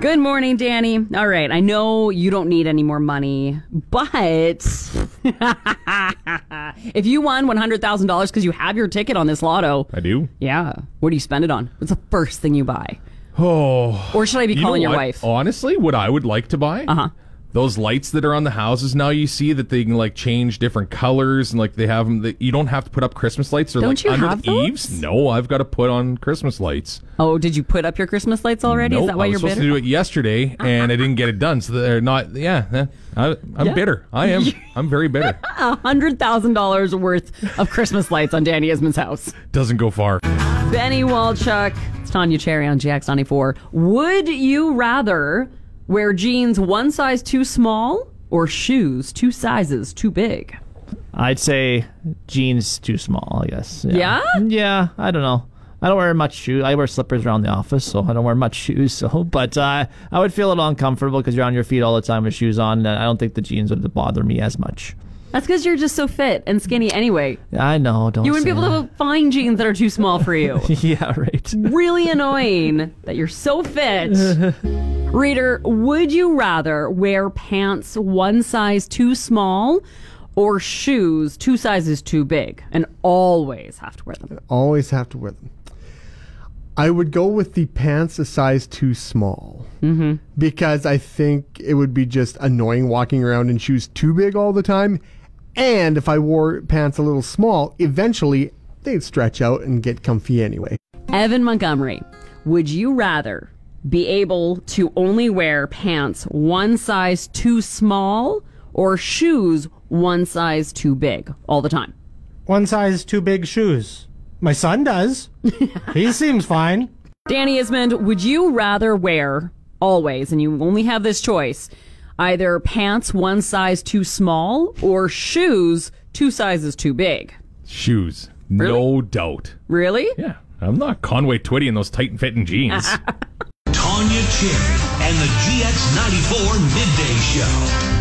Good morning, Danny. All right, I know you don't need any more money, but if you won $100,000 because you have your ticket on this lotto, I do. yeah, what do you spend it on? What's the first thing you buy? Oh, Or should I be You know calling your what? wife? Uh-huh. Honestly, what I would like to buy. Uh huh. Those lights that are on the houses now, you see that they can like change different colors and like they have them. That you don't have to put up Christmas lights. They're Don't like you under have the those? eaves. No, I've got to put on Christmas lights. Oh, did you put up your Christmas lights already? nope, Is that why I was you're supposed bitter? Uh-huh. to do it yesterday and I didn't get it done. So they're not. Yeah, eh, I, I'm Yeah. bitter. I am. I'm very bitter. $100,000 worth of Christmas lights on Danny Esmond's house. Doesn't go far. Benny Walchuk. It's Tanya Cherry on GX94. Would you rather wear jeans one size too small or shoes two sizes too big? I'd say jeans too small, I guess. Yeah? Yeah, I don't know. I don't wear much shoes. I wear slippers around the office, so I don't wear much shoes. So, but uh, I would feel a little uncomfortable because you're on your feet all the time with shoes on. And I don't think the jeans would bother me as much. That's because you're just so fit and skinny anyway. I know. Don't You wouldn't be say able to find jeans that are too small for you. that. yeah, right. really annoying that you're so fit. Reader, would you rather wear pants one size too small or shoes two sizes too big and always have to wear them? Always have to wear them. I would go with the pants a size too small mm-hmm. because I think it would be just annoying walking around in shoes too big all the time. And if I wore pants a little small, eventually they'd stretch out and get comfy anyway. Evan Montgomery, would you rather be able to only wear pants one size too small or shoes one size too big all the time? One size too big shoes. My son does. he seems fine. Danny Ismond, would you rather wear always, and you only have this choice, either pants one size too small or shoes two sizes too big? Shoes, no doubt. Really? Yeah, I'm not Conway Twitty in those tight and fitting jeans. Tanya Cherry and the GX94 Midday Show.